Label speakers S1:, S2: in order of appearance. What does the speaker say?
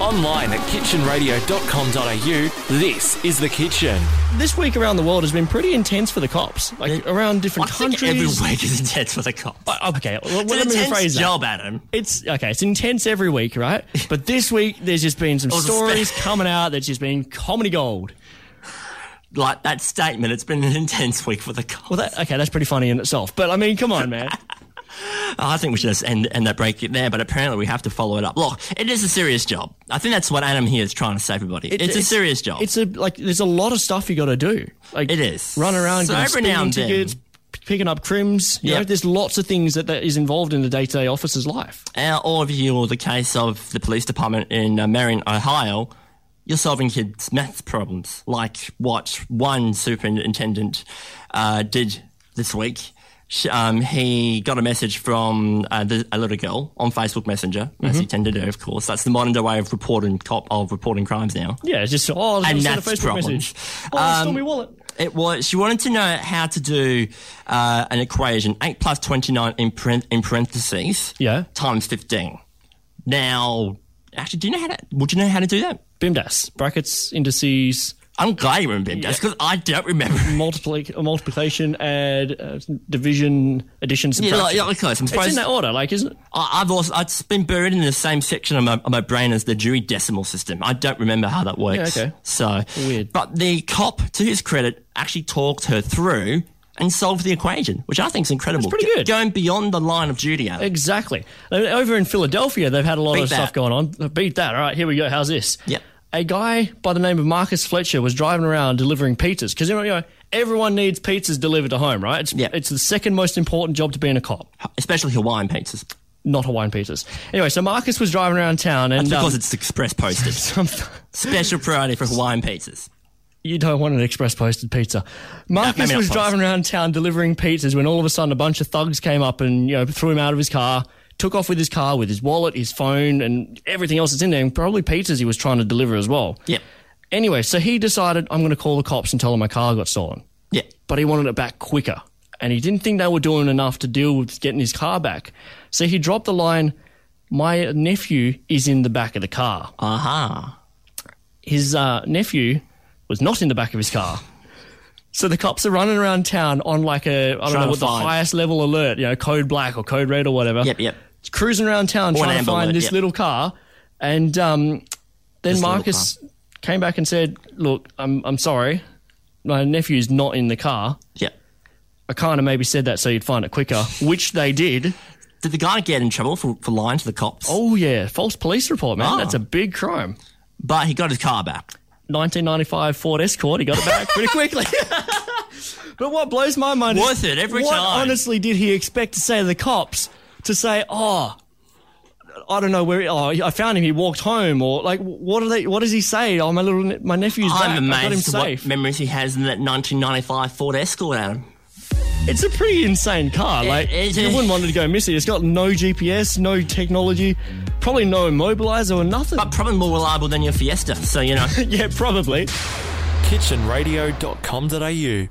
S1: Online at kitchenradio.com.au. This is The Kitchen.
S2: This week around the world has been pretty intense for the cops, like around different
S3: I think
S2: countries.
S3: every week is intense for the cops.
S2: Uh, okay, well,
S3: It's
S2: let
S3: an
S2: me rephrase
S3: intense
S2: that.
S3: job, Adam.
S2: It's okay. It's intense every week, right? But this week, there's just been some
S3: was a spe-
S2: stories coming out that's just been comedy gold.
S3: Like that statement, it's been an intense week for the cops.
S2: Well, that okay, that's pretty funny in itself. But I mean, come on, man.
S3: I think we should just end, end that break there, but apparently we have to follow it up. Look, it is a serious job. I think that's what Adam here is trying to say, everybody.
S2: It-
S3: it's, a serious job.
S2: It's a like. There's a lot of stuff you got to do. Like
S3: It is.
S2: run around,
S3: So
S2: getting
S3: every now
S2: speeding
S3: and then-
S2: tickets, p- picking up crims. You know,
S3: Yep.
S2: there's lots of things that, that is involved in the day to day officer's life.
S3: Uh, or if you're the case of the police department in uh, Marion, Ohio, you're solving kids' maths problems, like what one superintendent uh, did this week. Sh- Um, he got a message from uh, the, a little girl on Facebook Messenger, as he tended to do, of course. That's the modern day way of reporting cop of reporting crimes now.
S2: Yeah, it's just oh, I
S3: And
S2: sent
S3: that's
S2: a Facebook
S3: problems.
S2: message. Oh, um, stole
S3: Um,
S2: my wallet.
S3: It was. She wanted to know how to do uh, an equation: eight plus twenty-nine in, paren- in parentheses.
S2: Yeah.
S3: Times fifteen. Now, actually, do you know how to? Would you know how to do that?
S2: Bimdas brackets indices.
S3: I'm glad you remembered that because I don't remember.
S2: multipli- uh, multiplication, add, uh, division, addition,
S3: Yeah,
S2: subtraction.
S3: like, yeah, like close. I'm
S2: it's in
S3: surprised.
S2: that order, like, isn't it?
S3: I, I've also it's been buried in the same section of my, of my brain as the Dewey Decimal System. I don't remember how that works.
S2: Yeah, okay.
S3: So
S2: Weird.
S3: But the cop, to his credit, actually talked her through and solved the equation, which I think is incredible.
S2: pretty
S3: Go-
S2: good.
S3: Going beyond the line of duty. Adam.
S2: Exactly. I mean, Over in Philadelphia, they've had a lot
S3: Beat
S2: of stuff
S3: that.
S2: going on. Beat that. All right, here we go. How's this?
S3: Yep.
S2: A guy by the name of Marcus Fletcher was driving around delivering pizzas because you know, you know, everyone needs pizzas delivered to home, right? It's,
S3: Yep.
S2: it's the second most important job to being a cop,
S3: especially Hawaiian pizzas.
S2: not Hawaiian pizzas. Anyway, so Marcus was driving around town and
S3: Because
S2: um,
S3: it's express posted.
S2: some-
S3: Special priority for Hawaiian pizzas.
S2: You don't want an express posted pizza. Marcus
S3: maybe not
S2: was
S3: posted.
S2: driving around town delivering pizzas when all of a sudden a bunch of thugs came up and you know threw him out of his car, took off with his car, with his wallet, his phone, and everything else that's in there, and probably pizzas he was trying to deliver as well.
S3: Yep.
S2: Anyway, so he decided I'm going to call the cops and tell them my car got stolen,
S3: Yeah.
S2: but he wanted it back quicker, and he didn't think they were doing enough to deal with getting his car back, so he dropped the line, "My nephew is in the back of the car."
S3: Aha.
S2: his uh, nephew was not in the back of his car. So the cops are running around town on like a I don't
S3: Trying
S2: know
S3: to
S2: what the
S3: find.
S2: highest level alert, you know, code black or code red or whatever.
S3: Yep, yep.
S2: Cruising around town
S3: Or an
S2: trying to
S3: amber
S2: find
S3: alert,
S2: this
S3: yep.
S2: little car, and um, then
S3: little
S2: Marcus came back and said, "Look, I'm I'm sorry, my nephew's not in the car.
S3: Yeah.
S2: I kind of maybe said that so you'd find it quicker, which they did.
S3: Did the guy get in trouble for, for lying to the cops?
S2: Oh yeah, false police report, man.
S3: Ah.
S2: That's a big crime.
S3: But he got his car back.
S2: 1995 Ford Escort. He got it back pretty quickly. but what blows my mind is
S3: Worth it every
S2: what
S3: time.
S2: honestly did he expect to say to the cops to say, "Oh, I don't know where. Oh, I found him. He walked home." Or like, what do they? What does he say? Oh, my little ne- my nephew's back.
S3: I'm
S2: I got him
S3: amazed at
S2: safe.
S3: what memories he has in that 1995 Ford Escort, Adam.
S2: it's a pretty insane car. Like,
S3: it-
S2: you wouldn't want it to go missing. It's got no GPS, no technology, probably no immobilizer or nothing.
S3: But probably more reliable than your Fiesta, so you know.
S2: yeah, probably.
S1: kitchenradio.com.au.